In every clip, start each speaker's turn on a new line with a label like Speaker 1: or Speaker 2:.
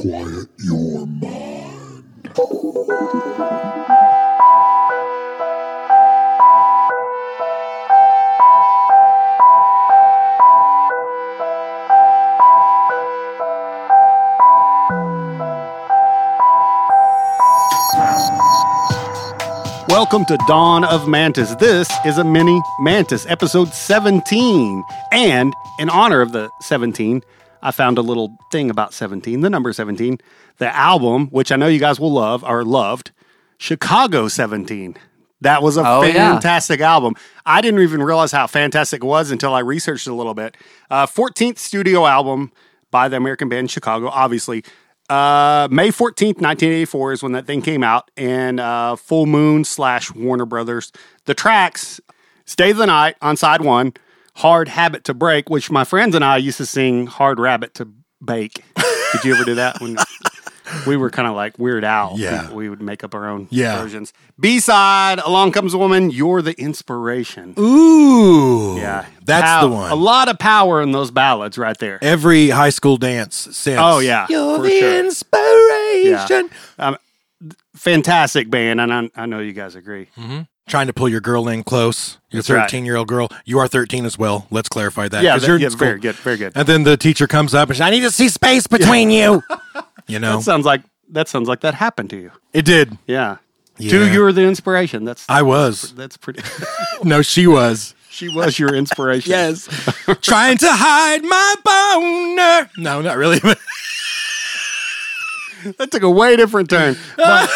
Speaker 1: Quiet your mind.
Speaker 2: Welcome to Dawn of Mantis. This is a mini Mantis, episode 17. And in honor of the 17, I found a little thing about 17, the number 17, the album, which I know you guys will love or loved, Chicago 17. That was a
Speaker 3: Oh, yeah.
Speaker 2: fantastic album. I didn't even realize how fantastic it was until I researched it a little bit. Uh, 14th studio album by the American band Chicago, obviously. Uh, May 14th, 1984 is when that thing came out, and uh, Full Moon slash Warner Brothers. The tracks Stay the Night on side one, Hard Habit to Break, which my friends and I used to sing Hard Rabbit to Bake. Did you ever do that? When we were kind of like Weird Al.
Speaker 1: Yeah.
Speaker 2: We, we would make up our own
Speaker 1: Yeah.
Speaker 2: versions. B side, Along Comes a Woman, You're the Inspiration.
Speaker 1: Ooh.
Speaker 2: Yeah.
Speaker 1: That's
Speaker 2: Pow-
Speaker 1: the one.
Speaker 2: A lot of power in those ballads right there.
Speaker 1: Every high school dance since.
Speaker 2: Oh, yeah,
Speaker 1: You're
Speaker 2: for
Speaker 1: the
Speaker 2: sure.
Speaker 1: inspiration.
Speaker 2: Fantastic band, and I, I know you guys agree.
Speaker 1: Trying to pull your girl in close. Your
Speaker 2: That's right.
Speaker 1: 13 year old girl. You are 13 as well. Let's clarify that.
Speaker 2: Yeah,
Speaker 1: 'cause
Speaker 2: that-
Speaker 1: you're in
Speaker 2: yeah,
Speaker 1: school.
Speaker 2: very good, very good.
Speaker 1: And then the teacher comes up and says, I need to see space between you. You know,
Speaker 2: That sounds like that sounds like that happened to you.
Speaker 1: it did.
Speaker 2: Yeah.
Speaker 1: Yeah.
Speaker 2: To you're the inspiration. That's
Speaker 1: I was.
Speaker 2: that's pretty.
Speaker 1: No, she was.
Speaker 2: she was your inspiration.
Speaker 1: Yes. Trying to hide my boner. No, not really. but-
Speaker 2: that took a way different turn. But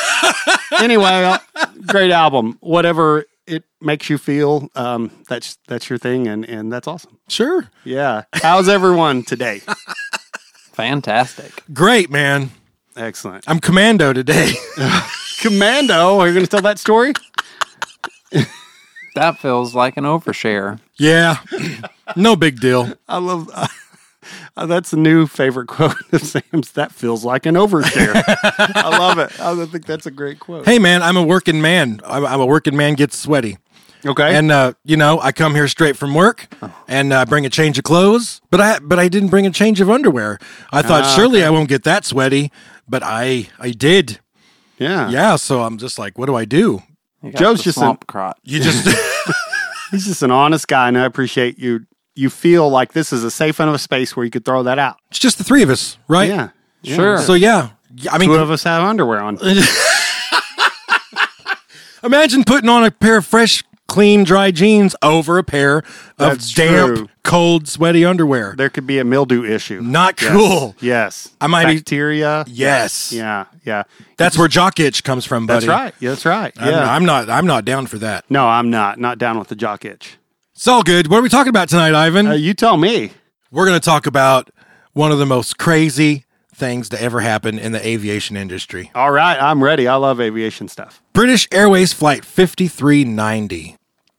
Speaker 2: anyway, uh, great album. Whatever it makes you feel, um, that's that's your thing, and and that's awesome.
Speaker 1: sure.
Speaker 2: Yeah. How's everyone today?
Speaker 3: Fantastic.
Speaker 1: Great, man.
Speaker 2: Excellent. Uh,
Speaker 1: I'm commando today.
Speaker 2: Commando. Are you going to tell that story?
Speaker 3: That feels like an overshare.
Speaker 1: yeah. no big deal.
Speaker 2: I love. uh, that's a new favorite quote of Sam's. That feels like an overshare. I love it. I think that's a great quote.
Speaker 1: Hey, man, I'm a working man. I'm, I'm a working man gets sweaty.
Speaker 2: Okay.
Speaker 1: And uh, you know, I come here straight from work,
Speaker 2: Oh.
Speaker 1: and uh, bring a change of clothes. But I, but I didn't bring a change of underwear. I thought
Speaker 2: Ah,
Speaker 1: surely I won't get that sweaty, but I, I did.
Speaker 2: yeah.
Speaker 1: Yeah. So I'm just like, what do I do?
Speaker 3: You got
Speaker 2: Joe's
Speaker 3: the
Speaker 2: just an-
Speaker 3: swamp crotch.
Speaker 1: You just,
Speaker 2: He's just an honest guy, and I appreciate you. You feel like this is a safe enough space where you could throw that out.
Speaker 1: it's just the three of us, right?
Speaker 2: Yeah. Yeah.
Speaker 3: Sure.
Speaker 1: So yeah, Yeah, I
Speaker 2: Two
Speaker 1: mean,
Speaker 2: of us have underwear on.
Speaker 1: imagine putting on a pair of fresh, clean, dry jeans over a pair of
Speaker 2: That's
Speaker 1: damp,
Speaker 2: true.
Speaker 1: cold, sweaty underwear.
Speaker 2: There could be a mildew issue.
Speaker 1: Not
Speaker 2: Yes.
Speaker 1: cool.
Speaker 2: Yes.
Speaker 1: I might be-
Speaker 2: bacteria.
Speaker 1: Yes.
Speaker 2: Yeah. Yeah.
Speaker 1: That's where jock itch comes from, buddy.
Speaker 2: That's right. Yeah, that's right.
Speaker 1: I'm,
Speaker 2: Yeah.
Speaker 1: I'm not. I'm not down for that.
Speaker 2: no, I'm not. Not down with the jock itch.
Speaker 1: It's all good. What are we talking about tonight, Ivan?
Speaker 2: Uh, you tell me.
Speaker 1: We're going to talk about one of the most crazy things to ever happen in the aviation industry.
Speaker 2: All right, I'm ready. I love aviation stuff.
Speaker 1: British Airways Flight 5390.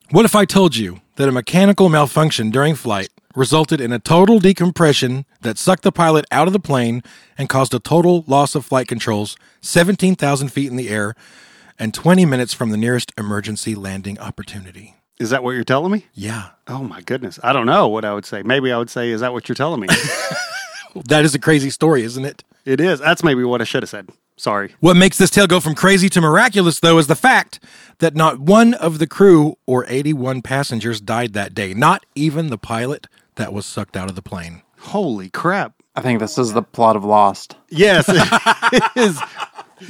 Speaker 1: What if I told you that a mechanical malfunction during flight resulted in a total decompression that sucked the pilot out of the plane and caused a total loss of flight controls 17,000 feet in the air and 20 minutes from the nearest emergency landing opportunity?
Speaker 2: Is that what you're telling me?
Speaker 1: Yeah.
Speaker 2: Oh my goodness. I don't know what I would say. Maybe I would say, is that what you're telling me?
Speaker 1: That is a crazy story, isn't it?
Speaker 2: it is. That's maybe what I should have said. Sorry.
Speaker 1: What makes this tale go from crazy to miraculous, though, is the fact that not one of the crew or 81 passengers died that day, not even the pilot that was sucked out of the plane.
Speaker 2: Holy crap.
Speaker 3: I think this is the plot of Lost.
Speaker 2: Yes. it is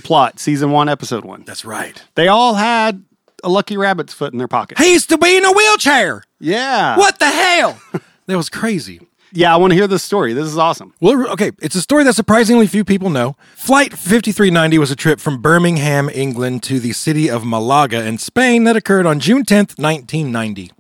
Speaker 2: plot season 1 episode 1.
Speaker 1: That's right.
Speaker 2: They all had a lucky rabbit's foot in their pocket.
Speaker 1: He used to be in a wheelchair.
Speaker 2: Yeah.
Speaker 1: What the hell? that was crazy.
Speaker 2: Yeah, I want to hear this story. This is awesome.
Speaker 1: Well, okay, it's a story that surprisingly few people know. Flight 5390 was a trip from Birmingham, England to the city of Malaga in Spain that occurred on June 10th, 1990.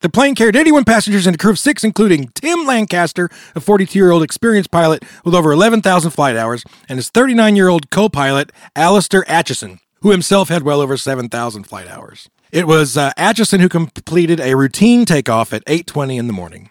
Speaker 1: The plane carried 81 passengers and a crew of six, including Tim Lancaster, a 42 year old experienced pilot with over 11,000 flight hours, and his 39 year old co pilot, Alistair Atchison, who himself had well over 7,000 flight hours. It was uh, Atchison who completed a routine takeoff at 8.20 in the morning.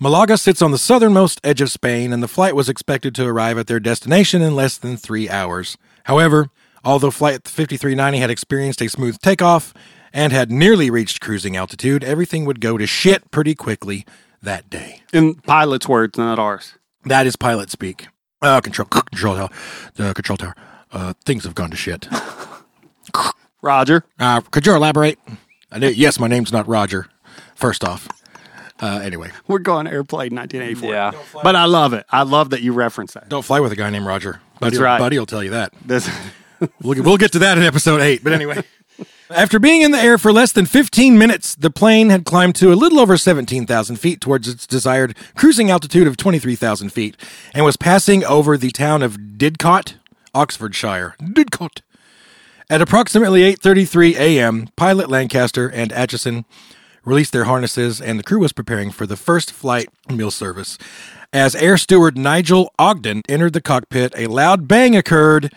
Speaker 1: Malaga sits on the southernmost edge of Spain, and the flight was expected to arrive at their destination in less than three hours. However, although Flight 5390 had experienced a smooth takeoff and had nearly reached cruising altitude, everything would go to shit pretty quickly that day.
Speaker 2: In pilot's words, not ours.
Speaker 1: That is pilot speak. Uh, control, control tower, uh, control tower. Uh, things have gone to shit.
Speaker 2: Roger.
Speaker 1: Uh, could you elaborate? I knew, yes, my name's not Roger. First off, uh, anyway,
Speaker 2: We're going airplane 1984.
Speaker 3: Yeah.
Speaker 2: But I love it. I love that you reference that.
Speaker 1: don't fly with a guy named Roger. Buddy,
Speaker 2: That's right.
Speaker 1: Buddy will tell you that.
Speaker 2: This,
Speaker 1: We'll get, we'll get to that in episode eight. But anyway, after being in the air for less than 15 minutes, the plane had climbed to a little over 17,000 feet towards its desired cruising altitude of 23,000 feet and was passing over the town of Didcot, Oxfordshire. Didcot. At approximately 8:33 a.m., pilot Lancaster and Atchison released their harnesses and the crew was preparing for the first flight meal service. As air steward Nigel Ogden entered the cockpit, a loud bang occurred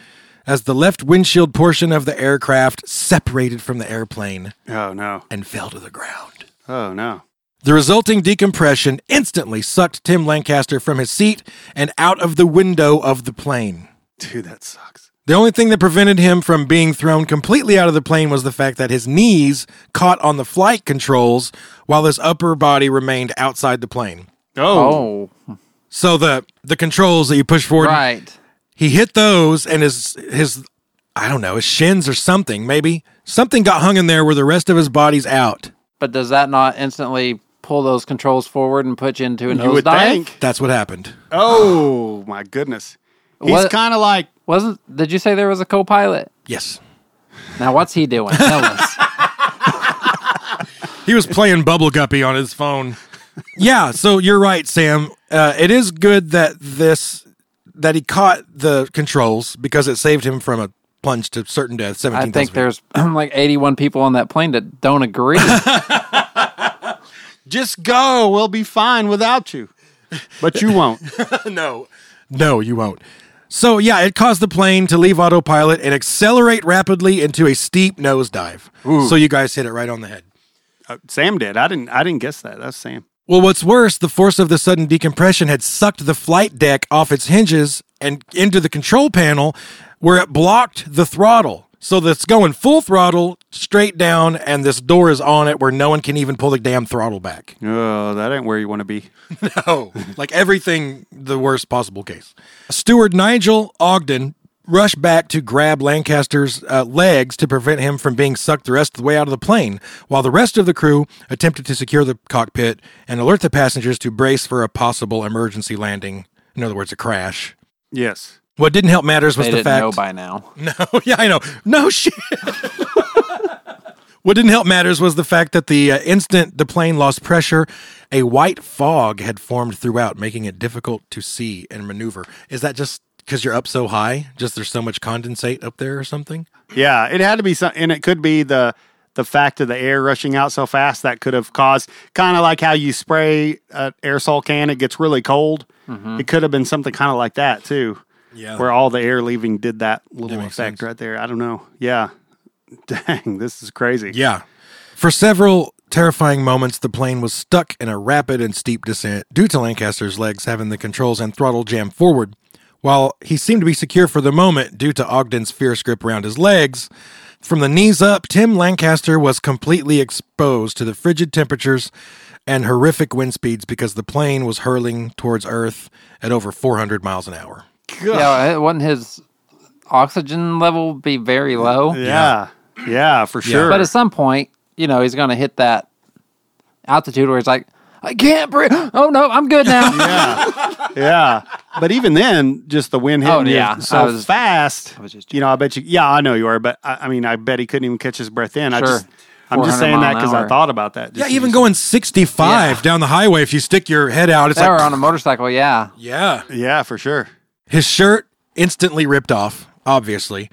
Speaker 1: as the left windshield portion of the aircraft separated from the airplane
Speaker 2: oh, no.
Speaker 1: and fell to the ground.
Speaker 2: Oh, no.
Speaker 1: The resulting decompression instantly sucked Tim Lancaster from his seat and out of the window of the plane.
Speaker 2: Dude, that sucks.
Speaker 1: The only thing that prevented him from being thrown completely out of the plane was the fact that his knees caught on the flight controls while his upper body remained outside the plane.
Speaker 2: Oh.
Speaker 3: Oh,
Speaker 1: So the the controls that you push forward,
Speaker 3: right.
Speaker 1: he hit those and his his I don't know, his shins or something, maybe. Something got hung in there where the rest of his body's out.
Speaker 3: But does that not instantly pull those controls forward and put you into a
Speaker 2: you would
Speaker 3: nosedive?
Speaker 2: think.
Speaker 1: That's what happened.
Speaker 2: Oh, my goodness. He's
Speaker 3: What-
Speaker 2: kind of like,
Speaker 3: Wasn't? Did you say there was a co-pilot?
Speaker 1: Yes.
Speaker 3: Now what's he doing? Tell us.
Speaker 1: He was playing Bubble Guppy on his phone. Yeah, so you're right, Sam. Uh, it is good that this that he caught the controls because it saved him from a plunge to certain death.
Speaker 3: I
Speaker 1: Seventeen.
Speaker 3: think there's like 81 people on that plane that don't agree.
Speaker 2: just go. "Oh, We'll be fine without you. But you won't.
Speaker 1: no, no, you won't. So yeah, it caused the plane to leave autopilot and accelerate rapidly into a steep nosedive. So you guys hit it right on the head.
Speaker 2: Uh, Sam did. I didn't. I didn't guess that. That's Sam.
Speaker 1: Well, what's worse, the force of the sudden decompression had sucked the flight deck off its hinges and into the control panel where it blocked the throttle. So that's going full throttle straight down, and this door is on it where no one can even pull the damn throttle back.
Speaker 2: Oh, that ain't where you want to be.
Speaker 1: No, Oh, like everything, the worst possible case. Steward Nigel Ogden rushed back to grab Lancaster's uh, legs to prevent him from being sucked the rest of the way out of the plane, while the rest of the crew attempted to secure the cockpit and alert the passengers to brace for a possible emergency landing. In other words, a crash.
Speaker 2: Yes.
Speaker 1: What didn't help matters was
Speaker 3: they
Speaker 1: the
Speaker 3: didn't
Speaker 1: fact.
Speaker 3: know by now.
Speaker 1: No, yeah, I know. No shit. what didn't help matters was the fact that the uh, instant the plane lost pressure, a white fog had formed throughout, making it difficult to see and maneuver. Is that just because you're up so high? Just there's so much condensate up there or something?
Speaker 2: Yeah. It had to be something, and it could be the the fact of the air rushing out so fast that could have caused kind of like how you spray an aerosol can, it gets really cold. It could have been something kind of like that too.
Speaker 1: Mm-hmm. Yeah.
Speaker 2: Where all the air leaving did that little
Speaker 1: makes
Speaker 2: effect
Speaker 1: sense.
Speaker 2: right there. I don't know. Yeah. Dang, this is crazy.
Speaker 1: Yeah. For several terrifying moments, the plane was stuck in a rapid and steep descent due to Lancaster's legs having the controls and throttle jammed forward. While he seemed to be secure for the moment due to Ogden's fierce grip around his legs, from the knees up, Tim Lancaster was completely exposed to the frigid temperatures and horrific wind speeds because the plane was hurling towards Earth at over 400 miles an hour.
Speaker 3: Yeah, it wasn't his oxygen level be very low.
Speaker 2: Yeah. Yeah, for sure.
Speaker 3: But at some point, you know, he's going to hit that altitude where he's like, I can't breathe. Oh, no, I'm good now.
Speaker 2: yeah. But even then, just the wind hitting
Speaker 3: Oh,
Speaker 2: you
Speaker 3: yeah. I
Speaker 2: so
Speaker 3: was-
Speaker 2: fast.
Speaker 3: was just
Speaker 2: you know, I bet you. Yeah, I know you are, but I, I mean, I bet he couldn't even catch his breath in. I
Speaker 3: Sure.
Speaker 2: just, I'm
Speaker 3: 400
Speaker 2: just saying that
Speaker 3: mile an
Speaker 2: because I
Speaker 3: hour.
Speaker 2: thought about that.
Speaker 1: Yeah,
Speaker 2: Just-
Speaker 1: even going 65 down the highway, if you stick your head out, it's
Speaker 3: They were
Speaker 1: like,
Speaker 3: on a motorcycle, yeah.
Speaker 1: yeah.
Speaker 2: Yeah, for sure.
Speaker 1: His shirt instantly ripped off, obviously.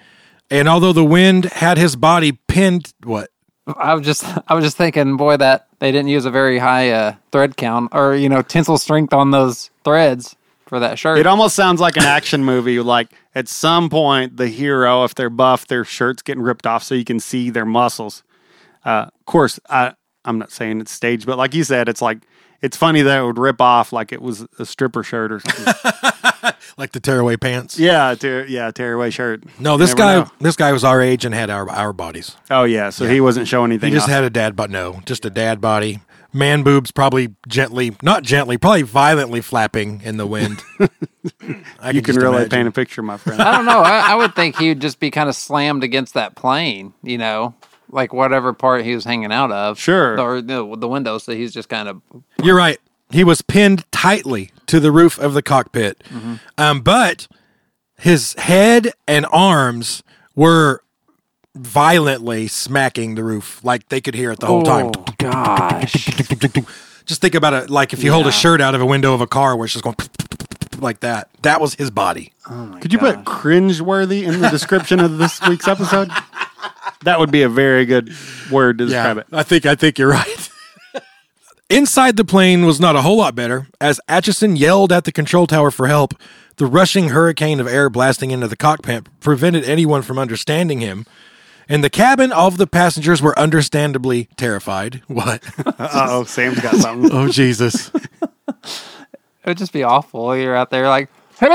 Speaker 1: And although the wind had his body pinned, what?
Speaker 3: I was just, I was just thinking, boy, that they didn't use a very high uh, thread count or you know tensile strength on those threads for that shirt.
Speaker 2: It almost sounds like an action movie. Like at some point, the hero, if they're buff, their shirt's getting ripped off so you can see their muscles. Uh, of course, I, I'm not saying it's staged, but like you said, it's like, it's funny that it would rip off like it was a stripper shirt or something.
Speaker 1: Like the tearaway pants?
Speaker 2: yeah, tear, yeah, tearaway shirt.
Speaker 1: No,
Speaker 2: You
Speaker 1: this
Speaker 2: never
Speaker 1: guy,
Speaker 2: know.
Speaker 1: this guy was our age and had our our bodies.
Speaker 2: Oh yeah, so he wasn't showing anything.
Speaker 1: He just
Speaker 2: off.
Speaker 1: had a dad, but no, just a dad body man boobs probably gently, not gently, probably violently flapping in the wind. I
Speaker 2: You can
Speaker 1: just
Speaker 2: really
Speaker 1: imagine.
Speaker 2: paint a picture, my friend. Oh,
Speaker 3: I don't know. I, I would think he would just be kind of slammed against that plane, you know, like whatever part he was hanging out of.
Speaker 2: Sure.
Speaker 3: Or the, the window. So he's just kind of.
Speaker 1: You're right. He was pinned tightly to the roof of the cockpit. Um, but his head and arms were violently smacking the roof like they could hear it the whole time.
Speaker 3: Oh, gosh.
Speaker 1: Just think about it like if you hold a
Speaker 3: Yeah.
Speaker 1: shirt out of a window of a car where it's just going like that. That was his body.
Speaker 2: Could you put cringeworthy in the description of this week's episode? That would be a very good word to describe it.
Speaker 1: I think I think you're right. Inside the plane was not a whole lot better. As Atchison yelled at the control tower for help, the rushing hurricane of air blasting into the cockpit prevented anyone from understanding him. In the cabin, all of the passengers were understandably terrified. What?
Speaker 2: Uh oh, Sam's got something.
Speaker 1: oh, Jesus.
Speaker 3: It would just be awful. You're out there like.
Speaker 2: Hey,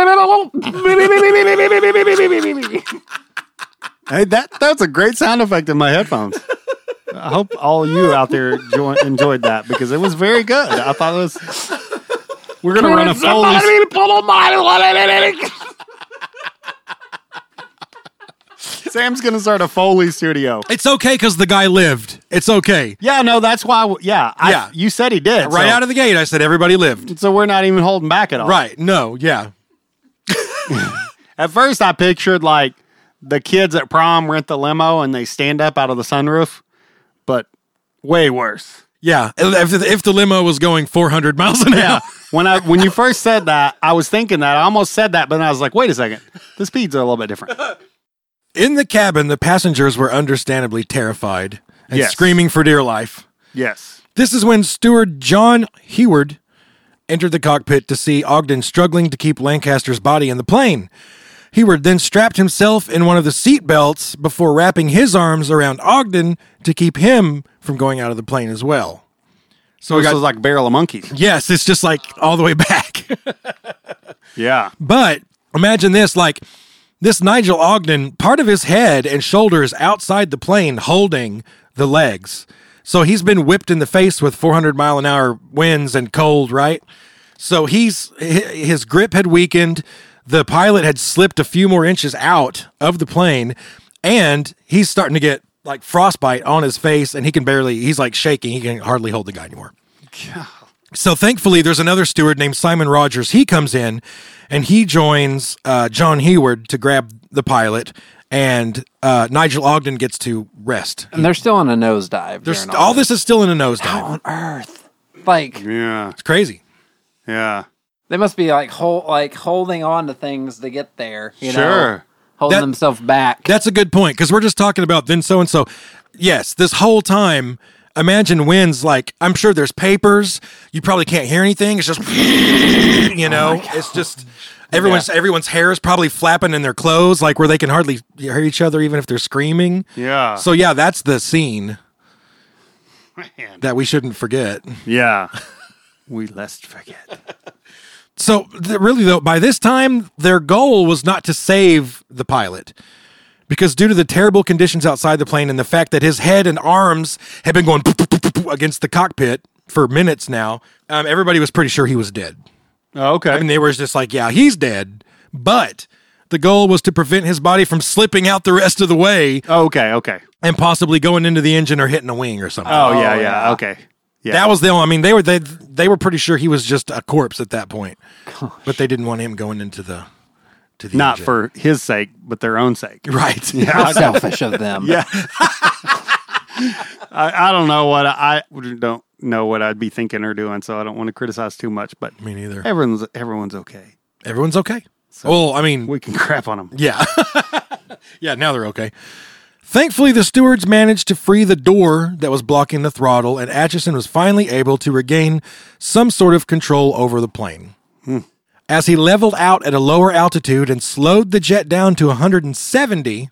Speaker 2: that that's a great sound effect in my headphones. I hope all you out there jo- enjoyed that because it was very good. I thought it was. We're gonna run a Foley. Sam's gonna start a Foley studio.
Speaker 1: It's okay because the guy lived. It's okay.
Speaker 2: Yeah, no, that's why. w- Yeah, I,
Speaker 1: Yeah.
Speaker 2: You said he did
Speaker 1: Right out of the gate, I said everybody lived.
Speaker 2: So we're not even holding back at all.
Speaker 1: Right. No, yeah.
Speaker 2: At first, I pictured like the kids at prom rent the limo and they stand up out of the sunroof, but way worse.
Speaker 1: Yeah. If, if the limo was going 400 miles an hour.
Speaker 2: Yeah. When I when you first said that, I was thinking that I almost said that, but then I was like, wait a second, the speeds are a little bit different.
Speaker 1: In the cabin, the passengers were understandably terrified and
Speaker 2: Yes.
Speaker 1: screaming for dear life.
Speaker 2: Yes.
Speaker 1: This is when steward John Heward entered the cockpit to see Ogden struggling to keep Lancaster's body in the plane. Heward then strapped himself in one of the seat belts before wrapping his arms around Ogden to keep him from going out of the plane as well.
Speaker 2: So this was like barrel of monkeys.
Speaker 1: Yes, it's just like all the way back.
Speaker 2: Yeah.
Speaker 1: But imagine this like this Nigel Ogden, part of his head and shoulders outside the plane holding the legs. So he's been whipped in the face with 400 mile an hour winds and cold, right? So he's hi- his grip had weakened. The pilot had slipped a few more inches out of the plane and he's starting to get like frostbite on his face and he can barely he's like shaking, he can hardly hold the guy anymore. So thankfully, there's another steward named Simon Rogers. He comes in and he joins uh, John Heward to grab the pilot, and uh, Nigel Ogden gets to rest.
Speaker 3: And they're still in Oh. a nosedive.
Speaker 1: There's,
Speaker 3: during
Speaker 1: all this is still in a nosedive.
Speaker 3: on earth. Like
Speaker 2: Yeah.
Speaker 1: It's crazy.
Speaker 2: Yeah.
Speaker 3: they must be like hol- like holding on to things to get there. You know,
Speaker 2: Sure.
Speaker 3: holding
Speaker 1: That-
Speaker 3: themselves back.
Speaker 1: That's a good point because we're just talking about then so and so. Yes, this whole time, imagine wins like I'm sure there's papers. You probably can't hear anything. It's just you know, it's just everyone's everyone's hair is probably flapping in their clothes, like where they can hardly hear each other, even if they're screaming.
Speaker 2: Yeah.
Speaker 1: So yeah, that's the scene
Speaker 2: Man.
Speaker 1: that we shouldn't forget.
Speaker 2: Yeah. We lest forget.
Speaker 1: So th- really though, by this time their goal was not to save the pilot. Because due to the terrible conditions outside the plane and the fact that his head and arms had been going against the cockpit for minutes now, um, everybody was pretty sure he was dead.
Speaker 2: Oh, okay.
Speaker 1: I mean, they were just like, yeah, he's dead. But the goal was to prevent his body from slipping out the rest of the way
Speaker 2: oh, okay. Okay.
Speaker 1: and possibly going into the engine or hitting a wing or something.
Speaker 2: Oh, yeah,
Speaker 3: Oh,
Speaker 2: yeah.
Speaker 3: yeah.
Speaker 2: Okay. Yeah.
Speaker 1: That was the only, I mean, they were they they were pretty sure he was just a corpse at that point. But they didn't want him going into the to the
Speaker 2: Not
Speaker 1: engine.
Speaker 2: for his sake, but their own sake.
Speaker 1: right.
Speaker 3: How selfish of them.
Speaker 2: Yeah. I, I don't know what I, I don't know what I'd be thinking or doing, so I don't want to criticize too much. But
Speaker 1: Me neither.
Speaker 2: everyone's everyone's okay.
Speaker 1: Everyone's okay. well, I mean,
Speaker 2: We can crap on them.
Speaker 1: Yeah. yeah, now they're okay. Thankfully, the stewards managed to free the door that was blocking the throttle, and Atchison was finally able to regain some sort of control over the plane.
Speaker 2: Hmm.
Speaker 1: As he leveled out at a lower altitude and slowed the jet down to 170,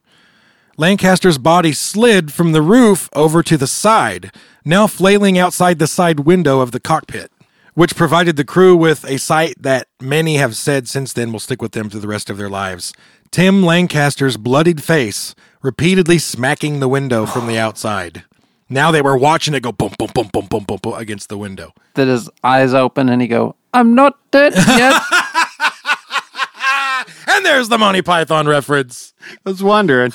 Speaker 1: Lancaster's body slid from the roof over to the side, now flailing outside the side window of the cockpit, which provided the crew with a sight that many have said since then will stick with them through the rest of their lives. Tim Lancaster's bloodied face repeatedly smacking the window from the outside. Now they were watching it go boom, boom, boom, boom, boom, boom, boom against the window.
Speaker 3: That his eyes open and he go, I'm not dead yet.
Speaker 1: Ah, And there's the Monty Python reference.
Speaker 2: I was wondering.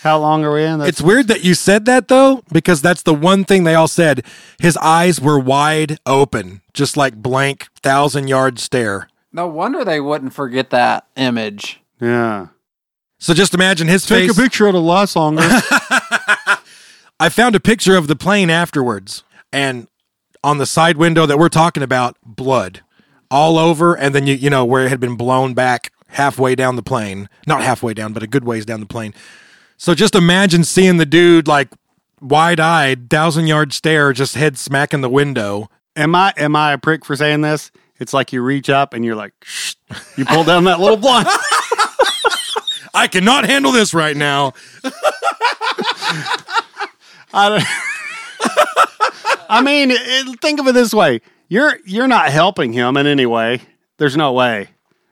Speaker 2: How long are we in? That's
Speaker 1: It's weird that you said that though, because that's the one thing they all said. His eyes were wide open, just like blank thousand yard stare.
Speaker 3: no wonder they wouldn't forget that image.
Speaker 2: yeah.
Speaker 1: So just imagine his face.
Speaker 2: picture of the last longer.
Speaker 1: I found a picture of the plane afterwards, and on the side window that we're talking about, blood all over, and then you you know where it had been blown back halfway down the plane, not halfway down, but a good ways down the plane. So just imagine seeing the dude like wide-eyed, thousand-yard stare, just head smacking the window.
Speaker 2: am I am I a prick for saying this? It's like you reach up and you're like, Shh. you pull down that little blind.
Speaker 1: I cannot handle this right now.
Speaker 2: I, don't, I mean, it, think of it this way: you're you're not helping him in any way. There's no way,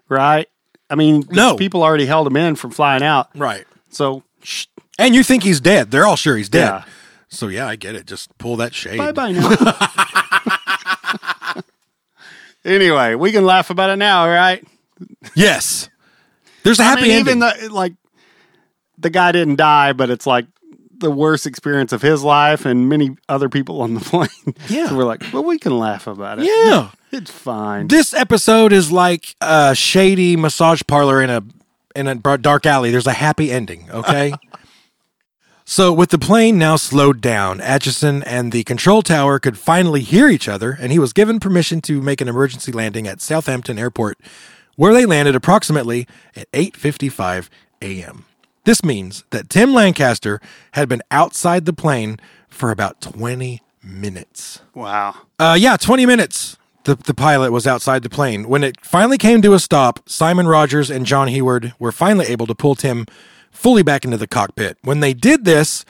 Speaker 2: right? I mean, the
Speaker 1: No.
Speaker 2: people already held him in from flying out.
Speaker 1: Right.
Speaker 2: So, shh,
Speaker 1: And you think he's dead. They're all sure he's dead.
Speaker 2: Yeah.
Speaker 1: So yeah, I get it. Just pull that shade.
Speaker 2: bye bye now. anyway, we can laugh about it now, all right?
Speaker 1: Yes. There's a
Speaker 2: I
Speaker 1: happy
Speaker 2: mean,
Speaker 1: ending.
Speaker 2: even the like the guy didn't die, but it's like the worst experience of his life and many other people on the plane.
Speaker 1: Yeah.
Speaker 2: so we're like, well, we can laugh about it.
Speaker 1: yeah.
Speaker 2: It's fine.
Speaker 1: This episode is like a shady massage parlor in a in a bar- dark alley. There's a happy ending, okay? so with the plane now slowed down, Atchison and the control tower could finally hear each other, and he was given permission to make an emergency landing at Southampton Airport, where they landed approximately at 8:55 a.m. This means that Tim Lancaster had been outside the plane for about 20 minutes.
Speaker 2: wow.
Speaker 1: Uh, yeah, 20 minutes. The, the pilot was outside the plane. When it finally came to a stop, Simon Rogers and John Heward were finally able to pull Tim fully back into the cockpit. When they did this,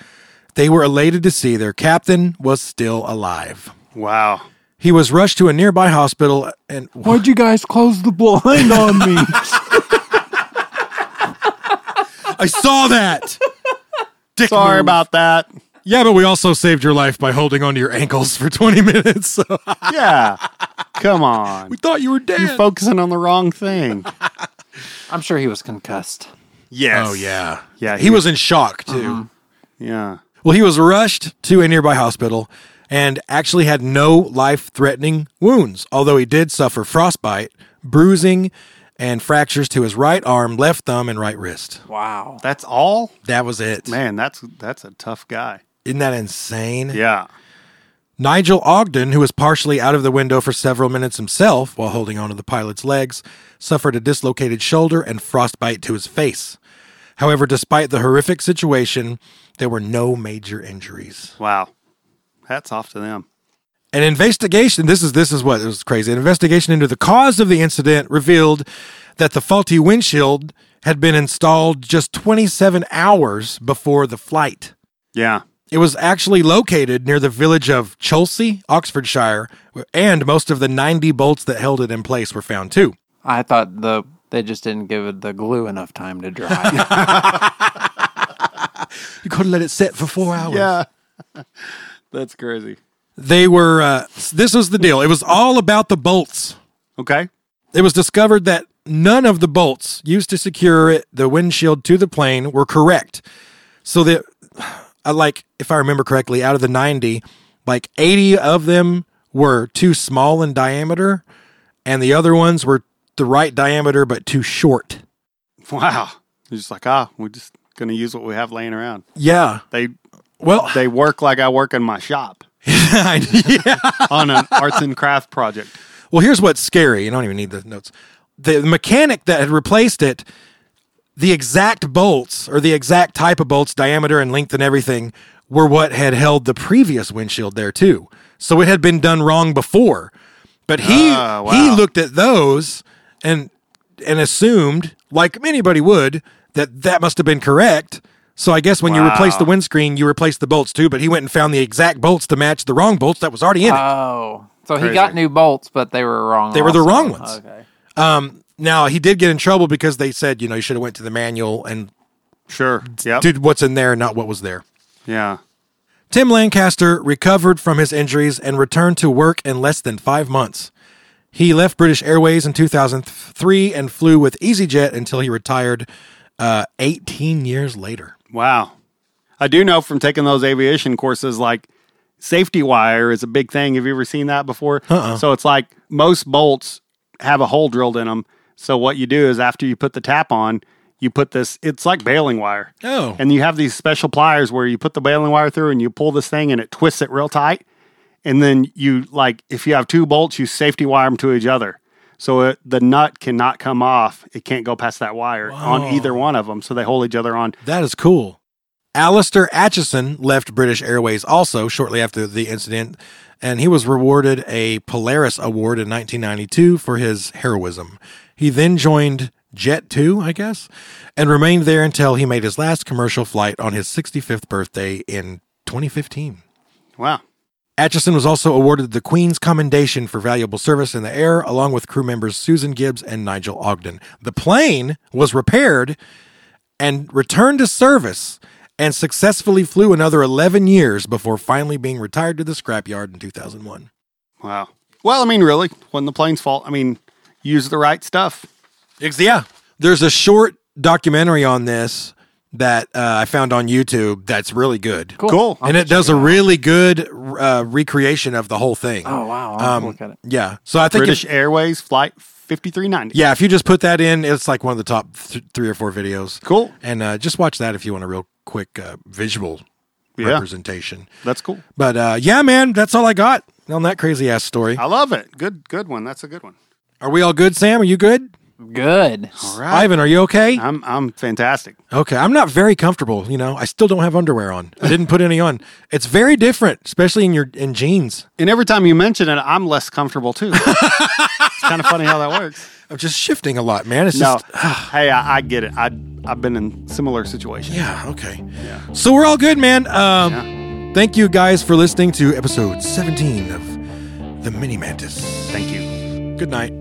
Speaker 1: they were elated to see their captain was still alive.
Speaker 2: Wow.
Speaker 1: He was rushed to a nearby hospital and
Speaker 3: Why'd you guys close the blind on me?
Speaker 1: I saw that. Dick
Speaker 2: Sorry
Speaker 1: move.
Speaker 2: about that.
Speaker 1: Yeah, but we also saved your life by holding onto your ankles for 20 minutes. So
Speaker 2: Yeah. Come on.
Speaker 1: we thought you were dead.
Speaker 2: You're focusing on the wrong thing.
Speaker 3: I'm sure he was concussed.
Speaker 2: Yes.
Speaker 1: oh yeah.
Speaker 2: Yeah,
Speaker 1: He,
Speaker 2: he-
Speaker 1: was in shock too.
Speaker 2: Yeah.
Speaker 1: Well, he was rushed to a nearby hospital and actually had no life threatening wounds, although he did suffer frostbite, bruising, and fractures to his right arm, left thumb, and right wrist.
Speaker 3: Wow.
Speaker 2: That's all?
Speaker 1: That was it.
Speaker 2: Man, that's that's a tough guy.
Speaker 1: Isn't that insane?
Speaker 2: Yeah.
Speaker 1: Nigel Ogden, who was partially out of the window for several minutes himself while holding onto the pilot's legs, suffered a dislocated shoulder and frostbite to his face. However, despite the horrific situation, there were no major injuries.
Speaker 2: Wow. Hats off to them.
Speaker 1: An investigation. This is this is what was crazy. An investigation into the cause of the incident revealed that the faulty windshield had been installed just 27 hours before the flight.
Speaker 2: Yeah.
Speaker 1: It was actually located near the village of Chelsea, Oxfordshire, and most of the 90 bolts that held it in place were found too.
Speaker 3: I thought the they just didn't give it the glue enough time to dry.
Speaker 1: You could let it sit for four hours.
Speaker 2: Yeah. that's crazy.
Speaker 1: They were. Uh, this was the deal. It was all about the bolts.
Speaker 2: Okay.
Speaker 1: It was discovered that none of the bolts used to secure it, the windshield to the plane were correct. So that, I like, if I remember correctly, out of the 90, like 80 of them were too small in diameter, and the other ones were the right diameter but too short.
Speaker 2: Wow. You're just like, ah, we're just gonna use what we have laying around.
Speaker 1: Yeah.
Speaker 2: They
Speaker 1: Well,
Speaker 2: they work like I work in my shop
Speaker 1: yeah.
Speaker 2: on an arts and craft project.
Speaker 1: Well, here's what's scary. You don't even need the notes. The mechanic that had replaced it, the exact bolts or the exact type of bolts, diameter and length and everything, were what had held the previous windshield there too. So it had been done wrong before. But he
Speaker 2: Ah, wow.
Speaker 1: he looked at those and and assumed, like anybody would, that that must have been correct. So I guess when you replace the windscreen, you replace the bolts too. But he went and found the exact bolts to match the wrong bolts that was already in it.
Speaker 3: oh. So he
Speaker 2: Crazy.
Speaker 3: got new bolts, but they were wrong.
Speaker 1: They were the
Speaker 3: also.
Speaker 1: wrong ones.
Speaker 3: Okay.
Speaker 1: Um, now he did get in trouble because they said, you know, you should have went to the manual and
Speaker 2: Sure. Yep.
Speaker 1: did what's in there, not what was there.
Speaker 2: Yeah.
Speaker 1: Tim Lancaster recovered from his injuries and returned to work in less than five months. He left British Airways in 2003 and flew with EasyJet until he retired uh, 18 years later.
Speaker 2: Wow. I do know from taking those aviation courses, like safety wire is a big thing. Have you ever seen that before? So it's like most bolts have a hole drilled in them. So what you do is after you put the tap on, you put this, it's like baling wire.
Speaker 1: Oh.
Speaker 2: And you have these special pliers where you put the baling wire through and you pull this thing and it twists it real tight. And then you, like, if you have two bolts, you safety wire them to each other. So it, the nut cannot come off. It can't go past that wire on either one of them. So they hold each other on.
Speaker 1: That is cool. Alistair Atchison left British Airways also shortly after the incident, and he was rewarded a Polaris Award in 1992 for his heroism. He then joined Jet 2, I guess, and remained there until he made his last commercial flight on his 65th birthday in 2015.
Speaker 2: Wow.
Speaker 1: Atchison was also awarded the Queen's Commendation for valuable service in the air, along with crew members Susan Gibbs and Nigel Ogden. The plane was repaired and returned to service and successfully flew another 11 years before finally being retired to the scrapyard in 2001.
Speaker 2: Wow. Well, I mean, really, wasn't the plane's fault. I mean, use the right stuff.
Speaker 1: Ex- Yeah. There's a short documentary on this that uh, I found on YouTube that's really good.
Speaker 3: Cool.
Speaker 2: Cool.
Speaker 1: And it does a really good uh, recreation of the whole thing.
Speaker 3: Oh wow! I'll have to look at it.
Speaker 1: Yeah. So I think if-
Speaker 2: British Airways Flight 5390.
Speaker 1: Yeah, if you just put that in, it's like one of the top th- three or four videos.
Speaker 2: Cool.
Speaker 1: And uh, just watch that if you want a real quick uh, visual
Speaker 2: Yeah.
Speaker 1: representation.
Speaker 2: That's cool.
Speaker 1: But uh, yeah, man, that's all I got on that crazy ass story.
Speaker 2: I love it. Good, good one. That's a good one.
Speaker 1: Are we all good, Sam? Are you good?
Speaker 3: Good.
Speaker 2: All right.
Speaker 1: Ivan, are you okay?
Speaker 2: I'm, I'm fantastic.
Speaker 1: Okay, I'm not very comfortable. You know, I still don't have underwear on. I didn't put any on. It's very different, especially in your in jeans.
Speaker 2: And every time you mention it, I'm less comfortable too. it's kind of funny how that works.
Speaker 1: I'm just shifting a lot, man. It's
Speaker 2: No,
Speaker 1: just
Speaker 2: hey, I, I get it. I, I've been in similar situations.
Speaker 1: yeah, okay. So we're all good, man. Um, Thank you guys for listening to episode 17 of the Mini Mantis.
Speaker 2: Thank you.
Speaker 1: Good night.